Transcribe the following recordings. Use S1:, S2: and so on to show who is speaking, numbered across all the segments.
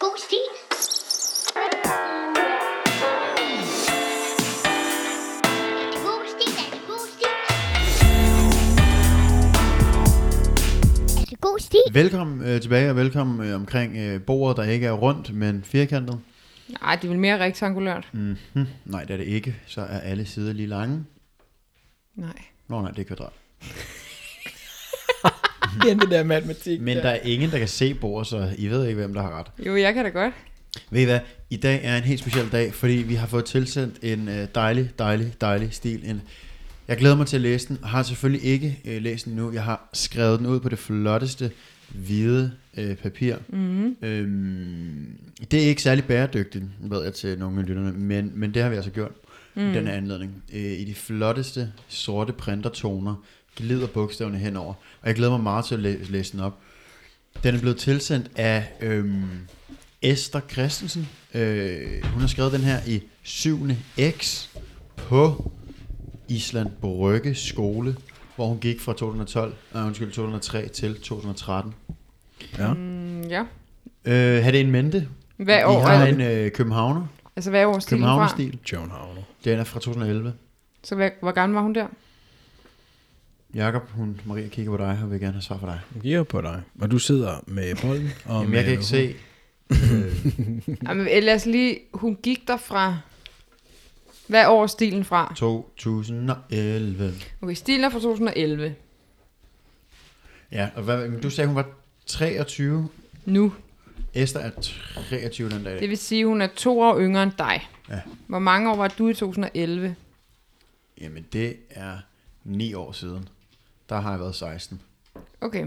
S1: Bosti. God sti.
S2: Velkommen øh, tilbage, og velkommen øh, omkring øh, bordet, der ikke er rundt, men firkantet.
S3: Nej, det er vel mere rektangulært.
S4: Mm.
S2: Mm-hmm. Nej, det er det ikke. Så er alle sider lige lange.
S3: Nej.
S2: Nå nej, det er kvadrat.
S4: Det er det der matematik.
S2: Men der er ingen, der kan se bordet, så I ved ikke, hvem der har ret.
S3: Jo, jeg kan da godt.
S2: Ved I hvad? I dag er en helt speciel dag, fordi vi har fået tilsendt en øh, dejlig, dejlig, dejlig stil. En, jeg glæder mig til at læse den. Har selvfølgelig ikke øh, læst den nu. Jeg har skrevet den ud på det flotteste hvide øh, papir. Mm-hmm. Øhm, det er ikke særlig bæredygtigt, ved jeg til nogle af lytterne, men, men det har vi altså gjort mm. den her anledning. Øh, I de flotteste sorte printertoner glider bogstaverne henover, og jeg glæder mig meget til at læ- læse den op. Den er blevet tilsendt af øhm, Esther Christensen. Øh, hun har skrevet den her i 7. X på Island Brygge Skole, hvor hun gik fra 2012, øh, undskyld, 2003 til 2013. Ja. Mm.
S3: Mm, ja.
S2: Øh, har det en mente?
S3: Hvad år
S2: I
S3: er
S2: har
S3: det?
S2: en øh, københavner.
S3: Altså, hvad år stilen fra?
S2: Københavner-stil.
S4: Joan Havner.
S2: Den er fra 2011.
S3: Så hvad, hvor gammel var hun der?
S2: Jakob, hun, Maria kigger på dig og vil gerne have svar fra dig.
S4: Jeg giver på dig. Og du sidder med bolden. Og
S2: Jamen, jeg kan
S4: med-
S2: ikke se.
S3: Jamen, eh, lad os lige... Hun gik der fra... Hvad år er stilen fra?
S2: 2011.
S3: Okay, stilen er fra 2011.
S2: Ja, og hvad, men du sagde, hun var 23.
S3: Nu.
S2: Esther er 23 den dag.
S3: Det vil sige, hun er to år yngre end dig.
S2: Ja.
S3: Hvor mange år var du i 2011?
S2: Jamen, det er 9 år siden. Der har jeg været 16.
S3: Okay.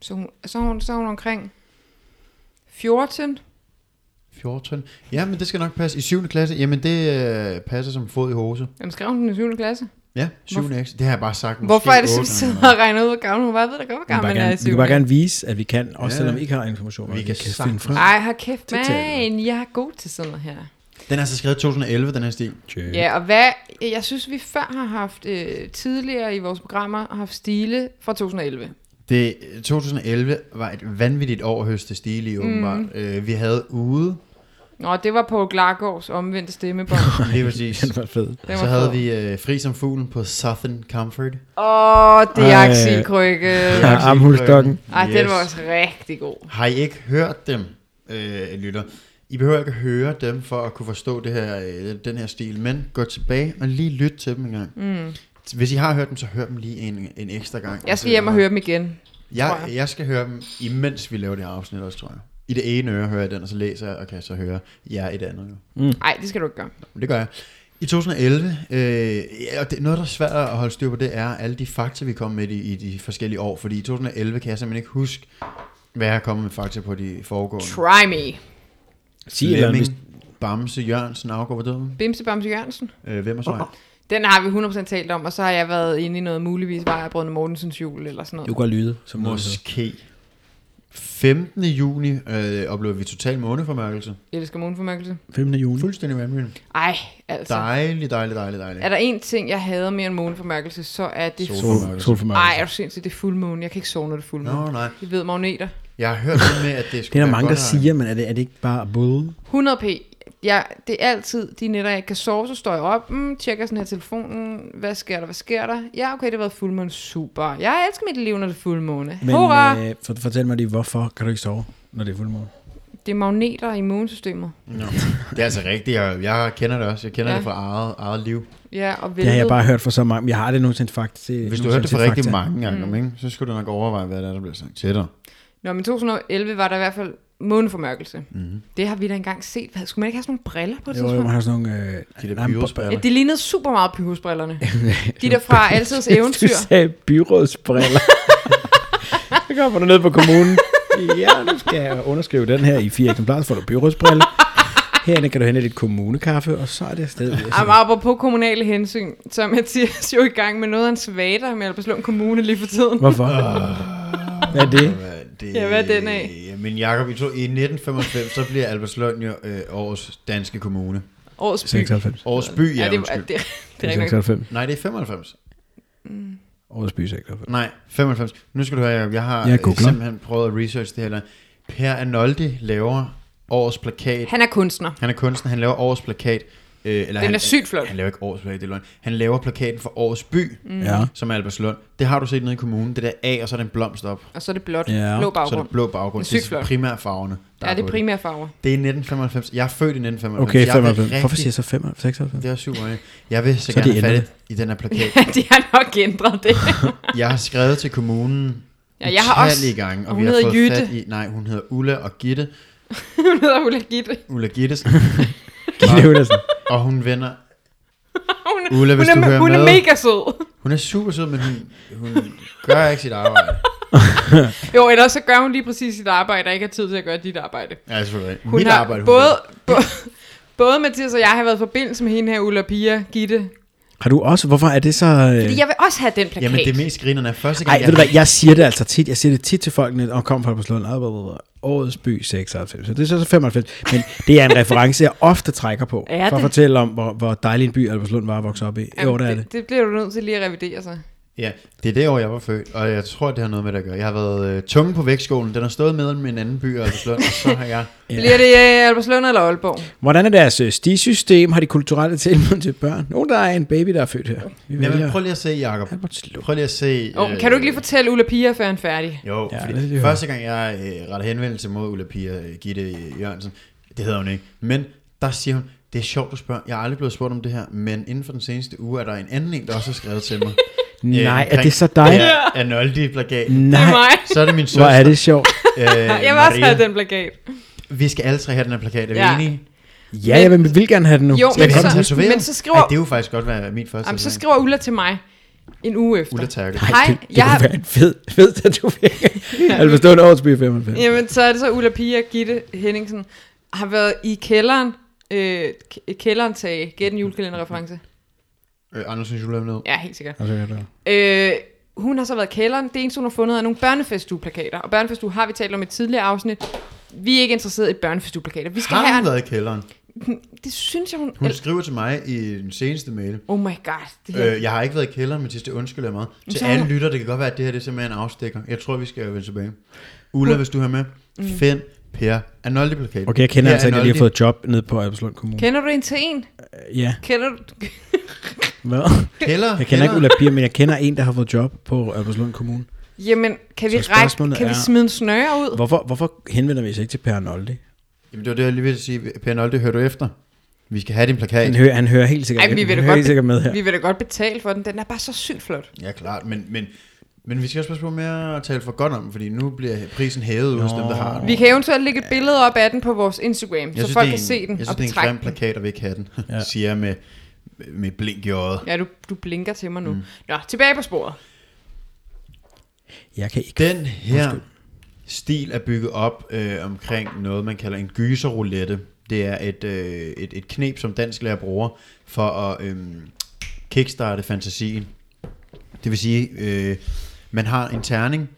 S3: Så, hun, så, er hun, så er hun omkring 14.
S2: 14. Ja, men det skal nok passe. I 7. klasse, jamen det øh, passer som fod i hose.
S3: Jamen, skrev hun den i 7. klasse?
S2: Ja, 7. Hvorfor? Det har jeg bare sagt. måske
S3: Hvorfor er det, som
S2: ottende
S3: sidder
S2: eller noget.
S3: og regner ud, hvor gammel hun var? Jeg ved da godt, hvor
S4: Vi kan,
S3: gammel
S4: bare
S3: hun er i
S4: gerne,
S3: 7.
S4: vi kan bare gerne vise, at vi kan, også
S2: Ja.
S4: ja. selvom vi ikke har informationer.
S2: Vi
S4: at
S2: kan
S4: finde
S2: sagtens.
S4: frem.
S3: Ej, hold kæft,
S4: Til tallene.
S3: man. Jeg er god til sådan noget her.
S2: Den er så skrevet 2011, den her stil.
S4: Tjek.
S3: Ja, og hvad... Jeg synes, vi før har haft øh, tidligere i vores programmer, har haft stile fra 2011.
S2: Det øh, 2011 var et vanvittigt år at høste stil i, åbenbart. Mm. Øh, vi havde ude,
S3: Nå, det var på Glargårds omvendte stemmebånd.
S2: lige præcis.
S4: Den var fed.
S3: Den
S2: Så
S3: var
S2: havde
S3: fed.
S2: vi øh, Fri som fuglen på Southern Comfort.
S3: Åh, det er
S4: Ej.
S3: akselkrygge.
S4: Ja, armhulstokken.
S3: Ej, den var også rigtig god.
S2: Har I ikke hørt dem, øh, lytter? I behøver ikke at høre dem for at kunne forstå det her, øh, den her stil, men gå tilbage og lige lyt til dem en gang. Mm. Hvis I har hørt dem, så hør dem lige en, en ekstra gang.
S3: Jeg skal hjem og høre dem igen. tror
S2: Jeg,
S3: jeg.
S2: jeg skal høre dem, imens vi laver det her afsnit også, tror jeg. I det ene øre hører jeg den, og så læser jeg, og kan så høre jer i det andet øre.
S3: Nej, det skal du ikke gøre.
S2: Men det gør jeg. I 2011, øh, ja, og det, noget der er svært at holde styr på, det er alle de fakta, vi kom med i, i de forskellige år. Fordi i 2011 kan jeg simpelthen ikke huske, hvad jeg har kommet med fakta på de foregående.
S3: Try me.
S4: Sig et eller andet, hvis-
S2: Bamse, Jørgensen, Afgaard ved døden.
S3: Bimse Bamse Jørgensen.
S2: Øh, hvem er så
S3: Den har vi 100% talt om, og så har jeg været inde i noget muligvis Vejerbrødende Mortensens jul eller sådan
S4: Du
S3: noget.
S4: går lyde, som noget hedder.
S2: Måske. 15. juni øh, oplevede vi total måneformørkelse.
S3: Jeg elsker måneformørkelse.
S4: 15. juni.
S2: Fuldstændig vanvittigt.
S3: Ej, altså.
S2: Dejlig, dejlig, dejlig, dejlig.
S3: Er der en ting, jeg hader mere end måneformørkelse, så er det...
S2: Sol.
S4: Sol,
S2: Solformørkelse.
S4: solformørkelse.
S3: Ej, er du sindssygt, det er fuldmåne. Jeg kan ikke sove, når det er fuldmåne.
S2: Nå, nej.
S3: Jeg ved magneter.
S2: Jeg har hørt det med, at det
S4: Det
S2: skulle
S4: er
S2: være
S4: der mange,
S2: godt
S4: der
S2: at-
S4: siger, men er det, er det ikke bare bull?
S3: 100 p. Jeg, det er altid de nætter, jeg ikke kan sove, så står jeg op, mm, tjekker sådan her telefonen, hvad sker der, hvad sker der? Ja, okay, det har været fuldmåne, super. Jeg elsker mit liv, når det er fuldmåne.
S4: Men
S3: Hurra!
S4: øh, for, fortæl mig lige, hvorfor kan du ikke sove, når det er fuldmåne?
S3: Det er magneter i månesystemet.
S2: Nå, det er altså rigtigt. Jeg, jeg kender det også. Jeg kender ja.
S3: Ja.
S2: det fra eget, eget liv.
S3: Ja, og
S4: Det har jeg
S3: væltet.
S4: bare hørt fra så mange. Jeg har det nogensinde faktisk.
S2: Hvis du hørte det for rigtig mange gange, mm. ikke, så skulle du nok overveje, hvad det er, der bliver sagt til dig.
S3: Nå, men 2011 var der i hvert fald måneformørkelse. Mm. Det har vi da engang set. Hvad- Skulle man ikke have sådan nogle briller på et
S4: Mhm. Jo, jo,
S3: tidspunkt?
S4: man har sådan nogle... Øh,
S2: De der
S4: nej, men-
S2: pyrosbriller.
S3: Ja, det lignede super meget pyrhusbrillerne. De der fra Altidets Eventyr.
S4: Du sagde byrådsbriller. så kommer du ned på kommunen. Ja, nu skal jeg underskrive den her i fire eksemplarer, så får du byrådsbriller. Herinde kan du hente dit kommunekaffe, og så er det afsted.
S3: Jamen, apropos kommunale hensyn, så er Mathias jo i gang med noget af en svater med Alberslund Kommune lige for tiden.
S4: Hvorfor? Ah. Hvad er det?
S2: Hvad det
S3: Ja, hvad er den af?
S2: Men Jacob, i, to, i 1995, så bliver Albertslund jo øh, årets danske kommune.
S3: Årets by.
S4: 96.
S2: Årets by, ja,
S3: Ja,
S2: ja
S3: det, var-
S2: det...
S3: det, det, det er rigtig nok.
S4: 96.
S2: Nej, det er 95.
S4: Årets by 96.
S2: Nej, 95. Nu skal du høre, Jacob. Jeg har øh,
S4: Jeg
S2: jeg
S4: googler.
S2: simpelthen prøvet at researche det her. land. Per Arnoldi laver årets plakat.
S3: Han er kunstner.
S2: Han er kunstner, han laver årets plakat. Øh, eller
S3: Den
S2: han,
S3: er sygt flot.
S2: Han laver ikke årets plakat, det er løgn. Han laver plakaten for årets by, mm.
S4: Ja.
S2: som er Albertslund. Det har du set nede i kommunen, det der A, og så er der en blomst op.
S3: Og så er det blåt.
S4: Ja.
S3: Blå
S2: Så er
S3: baggrund.
S2: det blå baggrund.
S3: Det er sygt
S2: det er
S3: flot.
S2: primært farverne. der
S3: ja, det
S2: på
S3: er primære farver.
S2: Det er 1995. Jeg er født i 1995.
S4: Okay,
S2: jeg vil
S4: 95. Hvorfor
S2: rigtig-
S4: siger jeg så 95? 96?
S2: Det er syv øjne. Jeg vil så,
S4: Så er
S2: så
S4: de
S2: gerne have
S4: ændret
S2: fat i den her plakat.
S3: Ja, de har nok ændret det.
S2: Jeg har skrevet til kommunen
S3: Ja, jeg har også.
S2: utallige gange, og
S3: Hun
S2: vi har
S3: hedder
S2: fået
S3: Jytte.
S2: fat i... Nej, hun hedder Ulla og Gitte.
S3: Hun hedder Ulla Gitte.
S2: Ulla Gittes.
S4: Gitte Ullersen.
S2: og hun vender...
S3: Hun,
S2: Ulla, hvis
S3: hun, er,
S2: du hører
S3: hun er
S2: med.
S3: mega sød.
S2: Hun er super sød, men hun, hun gør ikke sit arbejde.
S3: Jo, ellers så gør hun lige præcis sit arbejde, og ikke har tid til at gøre dit arbejde.
S2: Ja, selvfølgelig.
S3: Hun
S2: Mit
S3: har
S2: arbejde, hun
S3: både, både, både Mathias og jeg har været i forbindelse med hende her, Ulla Pia Gitte.
S4: Har du også? Hvorfor er det så... øh,
S3: Fordi jeg vil også have den plakat.
S2: Jamen, det mest grinerne er første gang,
S4: Ej, ved du hvad, jeg siger det altså tit. Jeg siger det tit til folkene, og kom fra Barcelona, og blah, blah, blah. årets by 96. Så det er så 95. Men det er en reference, jeg ofte trækker på,
S3: Er
S4: for at
S3: det?
S4: fortælle om, hvor, hvor dejlig en by Albertslund var at vokse op i. jo, det er det.
S3: det. Det bliver du nødt til lige at revidere sig.
S2: Ja, det er det år, jeg var født, og jeg tror, det har noget med det at gøre. Jeg har været øh, tunge på vægtskålen. Den har stået mellem en anden by og Albertslund, og så har jeg...
S3: Ja. Bliver det uh, Albertslund eller Aalborg?
S4: Hvordan er deres øh, stisystem? Har de kulturelle tilbud til børn? Nogen, der er en baby, der er født her. Vi
S2: Jamen,
S4: vælger
S2: prøv lige at se, Jacob.
S4: Albertslund.
S2: Prøv lige at se... øh,
S3: Oh, kan du ikke lige fortælle Ulla Pia, før han er færdig?
S2: Jo,
S4: Ja,
S2: ja,
S4: det er
S2: fordi
S4: det, jo.
S2: det, første gang, jeg øh, retter henvendelse mod Ulla Pia øh, Gitte Jørgensen, det hedder hun ikke, men der siger hun, det er sjovt, du spørger. Jeg er aldrig blevet spurgt om det her, men inden for den seneste uge er der en anden en, der også har skrevet til mig. øh,
S4: Nej, er
S2: omkring-
S4: det så dig?
S2: Ja, Arnoldi-plakat.
S3: Det er
S4: Nej,
S3: mig.
S2: Så er det min søster.
S4: hvor er det sjovt.
S2: Øh,
S3: Jeg vil også
S2: Maria.
S3: have den plakat.
S2: Vi skal alle tre have den her plakat, er vi
S3: Ja.
S2: ja. enige?
S4: Ja, jeg vil vil gerne have den nu.
S3: Jo,
S2: Skal
S4: Skal
S2: vi
S4: vi
S2: have
S3: så-
S2: den
S4: have den?
S2: tatoveret?
S3: men så skriver-
S2: Ej, det er jo faktisk godt være min første
S3: Jamen, så
S2: tatovering.
S3: skriver Ulla til mig en uge efter.
S2: Ulla Terkel.
S3: Hej,
S4: det, det
S3: jeg
S4: kunne
S3: har-
S4: være en fed, fed tatovering. Albertslund årets by 95.
S3: Jamen, så er det så Ulla Pia Gitte Henningsen har været i kælderen, øh, k- kælderen til Gæt en julekalenderreference.
S2: Øh, Andersen Julem ned.
S3: Ja, helt sikkert.
S4: Altså, ja, der-
S3: Øh, hun har så været i kælderen. Det eneste, hun har fundet, er nogle børnefestueplakater. Og børnefestue har vi talt om i et tidligere afsnit. Vi er ikke interesseret i børnefestueplakater. Vi skal
S2: Har
S3: have...
S2: hun været i kælderen?
S3: Det synes jeg, hun...
S2: Hun skriver til mig i den seneste mail.
S3: Oh my god. Det her.
S2: Øh, jeg har ikke været i kælderen, men det undskylder jeg meget. Til
S3: så er
S2: alle
S3: der-
S2: lytter, det kan godt være, at det her det er simpelthen en afstikker. Jeg tror, vi skal vende tilbage. Ulla, hvis du har med,
S3: Mm.
S2: find Per Arnoldi-plakat.
S4: Okay, jeg kender
S2: Per
S4: altså en, der lige har
S2: Arnoldi.
S4: fået job nede på Albertslund Kommune.
S3: Kender du en til en?
S4: Ja,
S3: Kender du...
S4: hvad?
S2: Kælder,
S4: Jeg kender ikke Ulla Pia, men jeg kender en, der har fået job på Albertslund Kommune.
S3: Jamen, kan vi,
S4: Så
S3: række,
S4: spørgsmålet
S3: kan vi
S4: er-
S3: smide en snøre ud?
S4: Hvorfor, hvorfor henvender vi sig ikke til Per Arnoldi?
S2: Jamen, det var det, jeg lige ville sige. Per Arnoldi, hører du efter? Vi skal have din plakat.
S4: Han, hører, han hører helt sikkert,
S3: Ej, vi
S4: han
S3: vil, da
S4: hører helt sikkert
S3: godt,
S4: med her.
S3: vi vil da godt betale for den. Den er bare så sygt flot.
S2: Ja, klart, men, men, men vi skal også passe på med at tale for godt om, fordi nu bliver prisen hævet ud hos dem, der har den.
S3: Vi kan eventuelt lægge et billede op af den på vores Instagram, så folk
S2: det er
S3: kan
S2: en-
S3: se den
S2: Jeg
S3: og
S2: synes, det er en
S3: betragte
S2: grim
S3: den.
S2: plakat, og vi ikke have den,
S4: Ja.
S2: ja. siger jeg med, med blink i øjet.
S3: Ja, du, du blinker til mig nu. Mm. Nå, tilbage på sporet.
S4: Jeg kan ikke.
S2: Den her stil er bygget op øh, omkring noget, man kalder en gyserroulette. Det er et, øh, et, et knep, som dansk lærer bruger for at øh, kickstarte fantasien. Det vil sige, øh, man har en terning,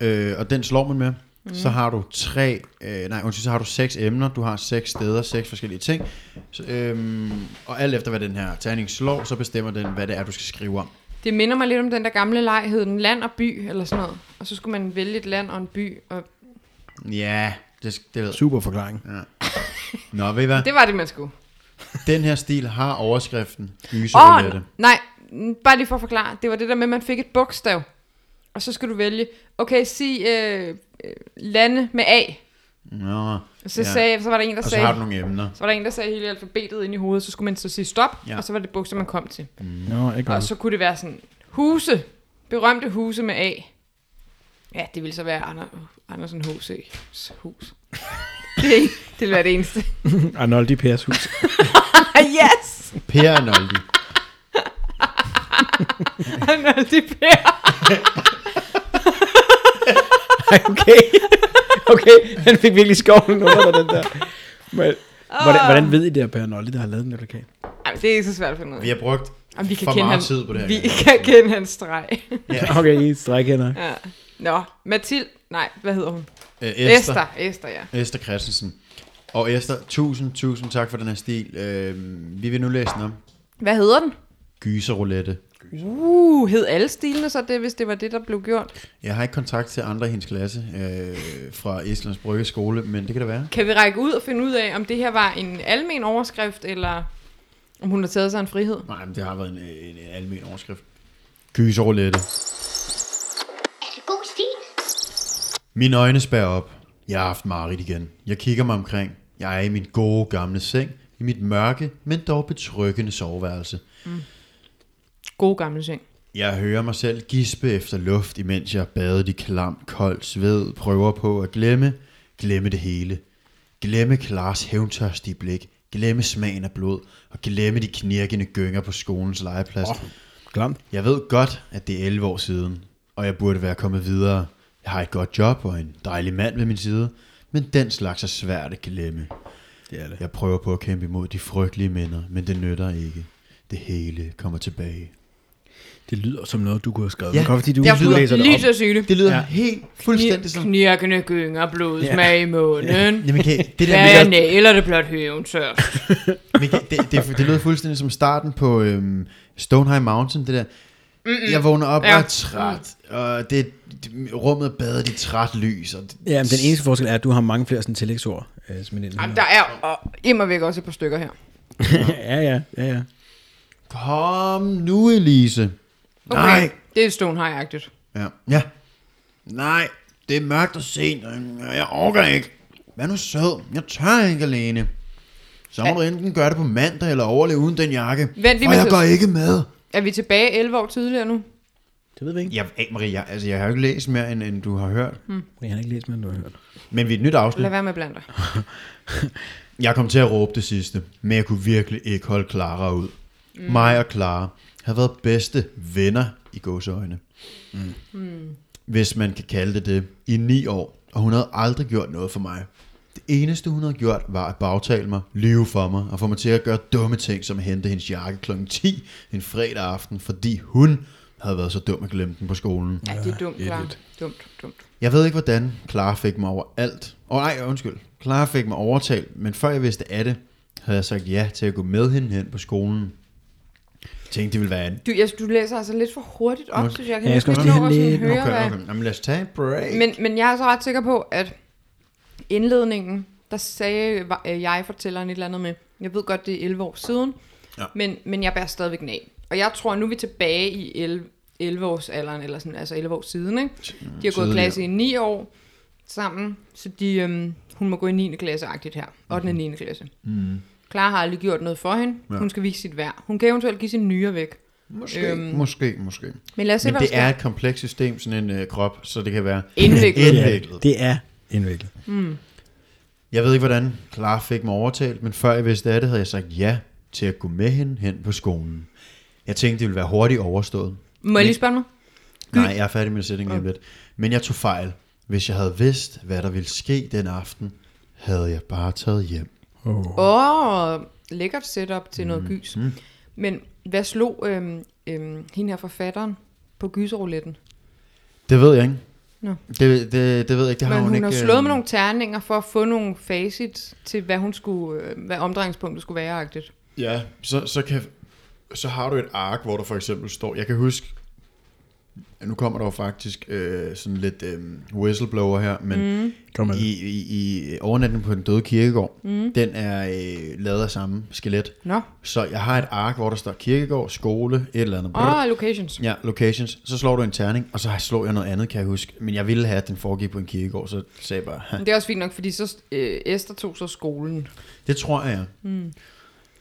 S2: øh, og den slår man med. Mm. Så har du tre, øh, nej undskyld, så har du seks emner, du har seks steder, seks forskellige ting. Så, øhm, og alt efter hvad den her terning slår, så bestemmer den, hvad det er, du skal skrive om.
S3: Det minder mig lidt om den der gamle leg, hed den land og by, eller sådan noget. Og så skulle man vælge et land og en by, og
S2: Ja, det, det ved jeg.
S4: Super forklaring.
S2: Nå, ved I hvad?
S3: det var det, man skulle.
S2: Den her stil har overskriften
S3: Åh,
S2: gyserroulette.
S3: oh, nej, mm, bare lige for at forklare. Det var det der med, at man fik et bogstav, og så skal du vælge, okay, sig øh, øh, lande med A.
S2: Nå,
S3: Og så,
S2: Ja.
S3: ja. sagde, så var der en, der
S2: og så
S3: sagde...
S2: har du nogle emner.
S3: Så var der en, der sagde hele alfabetet ind i hovedet, så skulle man så sige stop,
S2: Ja.
S3: ja. og så var det bogstav, man kom til.
S4: Nå, ikke
S3: Og så kunne det være sådan, huse, berømte huse med A. Ja, det ville så være Ander, Andersen H.C.'s hus. Det, det ville være det eneste.
S4: Arnoldi Pers hus.
S3: Ah, yes!
S2: Per Arnoldi.
S3: Arnoldi Per.
S4: Ej, okay. Okay, han fik virkelig skoven under den der. Men, hvordan, hvordan ved I det, at Per Arnoldi, der har lavet den der plakat?
S3: Ej, men det er ikke så svært at finde ud af.
S2: Vi har brugt
S3: Jamen, vi kan
S2: for
S3: kende
S2: meget
S3: han,
S2: tid på det her.
S3: Vi kan kende hans streg.
S4: Okay, I strækhænder.
S3: Ja. Nå, Mathilde, nej, hvad hedder hun?
S2: Øh, Esther.
S3: Esther, Esther ja.
S2: Esther Christensen. Og Esther, tusind, tusind tak for den her stil. Øh, vi vil nu læse den om.
S3: Hvad hedder den?
S2: Gyserroulette. gyser.
S3: Uh, hed alle stilene så det, hvis det var det, der blev gjort?
S2: Jeg har ikke kontakt til andre i hendes klasse øh, fra Islands Brygge skole, men det kan det være.
S3: Kan vi række ud og finde ud af, om det her var en almen overskrift, eller om hun har taget sig en frihed?
S2: Nej, men det har været en, en, en almen overskrift. Gyserroulette.
S1: Er det god stil?
S2: Mine øjne spærrer op. Jeg har haft mareridt igen. Jeg kigger mig omkring. Jeg er i min gode gamle seng, i mit mørke, men dog betryggende soveværelse.
S3: God gammel seng.
S2: Jeg hører mig selv gispe efter luft, imens jeg badet i klam, kold sved, prøver på at glemme, glemme det hele. Glemme Klars hævntørstige blik, glemme smagen af blod, og glemme de knirkende gynger på skolens legeplads. Oh.
S4: Klamt.
S2: Jeg ved godt, at det er 11 år siden, og jeg burde være kommet videre. Jeg har et godt job og en dejlig mand ved min side, men den slags er svært at glemme.
S4: Det er det.
S2: Jeg prøver på at kæmpe imod de frygtelige minder, men det nytter ikke. Det hele kommer tilbage.
S4: Det lyder som noget, du kunne have skrevet.
S2: Ja.
S4: Ja. Kom, fordi du
S2: Jeg
S4: lyder, læser det op.
S3: lys og syne.
S2: Det lyder ja. helt fuldstændig som...
S3: Knirkende gynger, blodsmag i munden.
S2: Jamen, kan, det der med,
S3: Hvad er næler det blot høven, så?
S2: Mika, det, det, det lød fuldstændig som starten på øhm, Stonehenge Mountain, det der. Mm-mm. Jeg vågner op ja. og
S3: Ja.
S2: er træt, og det, det, rummet bader i træt lys. Og det,
S4: Ja, men den eneste forskel er, at du har mange flere sådan tillægsord, øh, som en del.
S3: Jamen, der er og immer væk også et par stykker her.
S4: ja, ja, ja, ja.
S2: kom nu, Elise. Okay. Nej.
S3: Det er Stonehenge-agtigt.
S2: Ja. ja. Nej, det er mørkt og sent, og jeg orker ikke. Vær nu sød, jeg tør ikke alene. Så må ja. du enten gøre det på mandag, eller overleve uden den jakke.
S3: Vent lige,
S2: og jeg
S3: Mathias.
S2: går ikke med.
S3: Er vi tilbage 11 år tidligere nu?
S4: Det ved vi ikke.
S2: Jeg, hey, Marie, jeg, altså, jeg har jo ikke læst mere, end, end du har hørt. Hmm.
S4: Jeg har ikke læst mere, end du har hørt.
S2: Men vi er et nyt afsnit.
S3: Lad være med blandt dig.
S2: Jeg kom til at råbe det sidste, men jeg kunne virkelig ikke holde Clara ud. Mm. Mig og Clara havde været bedste venner i gåseøjne. Mm. Hvis man kan kalde det det, i ni år, og hun havde aldrig gjort noget for mig. Det eneste, hun havde gjort, var at bagtale mig, lyve for mig og få mig til at gøre dumme ting, som at hente hendes jakke kl. 10 en fredag aften, fordi hun havde været så dum at glemme den på skolen.
S3: Ja, det er dumt, klar. Dumt, dumt.
S2: Jeg ved ikke hvordan, Clara fik mig over alt. Og ej, undskyld. Clara fik mig overtalt, men før jeg vidste af det, havde jeg sagt ja til at gå med hende hen på skolen. Jeg tænkte, det ville være en...
S3: Du, jeg, du læser altså lidt for hurtigt op, synes jeg. Jeg kan
S4: Ja, jeg
S3: næsten
S4: skal
S3: ikke
S4: også
S3: nå at
S4: lige
S3: sådan høre,
S4: have
S2: Okay,
S3: hvad...
S2: okay. Jamen, lad os tage en break.
S3: Men, men jeg er så ret sikker på, at indledningen, der sagde var- øh, jeg fortælleren et eller andet med, jeg ved godt, det er 11 år siden,
S2: Ja.
S3: ja. men, men jeg bærer stadigvæk den af. Og jeg tror, nu er vi tilbage i 11, 11 års alderen, eller sådan, altså 11 år siden. Ikke? De har gået
S2: tidligere.
S3: i klasse i 9 år sammen, så de, øhm, hun må gå i 9. klasse-agtigt her. 8. og 9. klasse. Mm. Clara har aldrig gjort noget for hende.
S2: Mhm. Ja.
S3: Ja. Hun skal vise sit værd. Hun kan eventuelt give sin nyere væk.
S2: måske,
S3: øhm,
S2: måske, måske.
S3: Men lad os se,
S2: Men
S3: hvad der
S2: det
S3: sker.
S2: er et komplekst system, sådan en øh, krop, så det kan være
S3: Indviklet.
S2: indviklet.
S4: Det er indviklet.
S2: Jeg ved ikke, hvordan Clara fik mig overtalt, men før jeg vidste af det, havde jeg sagt ja til at gå med hende hen på skolen. Jeg tænkte, det ville være hurtigt overstået.
S3: Må jeg lige spørge mig?
S2: Nej, jeg er færdig med sætningen lige om lidt. Men jeg tog fejl. Hvis jeg havde vidst, hvad der ville ske den aften, havde jeg bare taget hjem.
S3: Åh, oh, lækkert setup til noget
S2: Mm-hmm.
S3: gys. Mm. Men hvad slog øhm, øhm, hende her forfatteren på gyserouletten?
S2: Det ved jeg ikke.
S3: Nå.
S2: Det, det, det ved jeg ikke. Det har
S3: Men
S2: hun,
S3: hun,
S2: ikke,
S3: har slået
S2: øh,
S3: med nogle terninger for at få nogle facit til, hvad, hun skulle, øh, hvad omdrejningspunktet skulle være. -agtigt.
S2: Ja, så, så, kan, så har du et ark, hvor der for eksempel står, jeg kan huske, nu kommer der jo faktisk øh, sådan lidt øh, whistleblower her, men mm.
S4: Kom med.
S2: i, i, i overnatning på den døde kirkegård, mm. den er øh, lavet af samme skelet.
S3: Nå,
S2: Så jeg har et ark, hvor der står kirkegård, skole, et eller andet.
S3: åh, oh, locations.
S2: Ja, locations. Så slår du en terning, og så slår jeg noget andet, kan jeg huske. Men jeg ville have, at den foregik på en kirkegård, så sagde jeg bare, "Ha."
S3: Men det er også fint nok, fordi så øh, Esther tog så skolen.
S2: det tror jeg. Mm.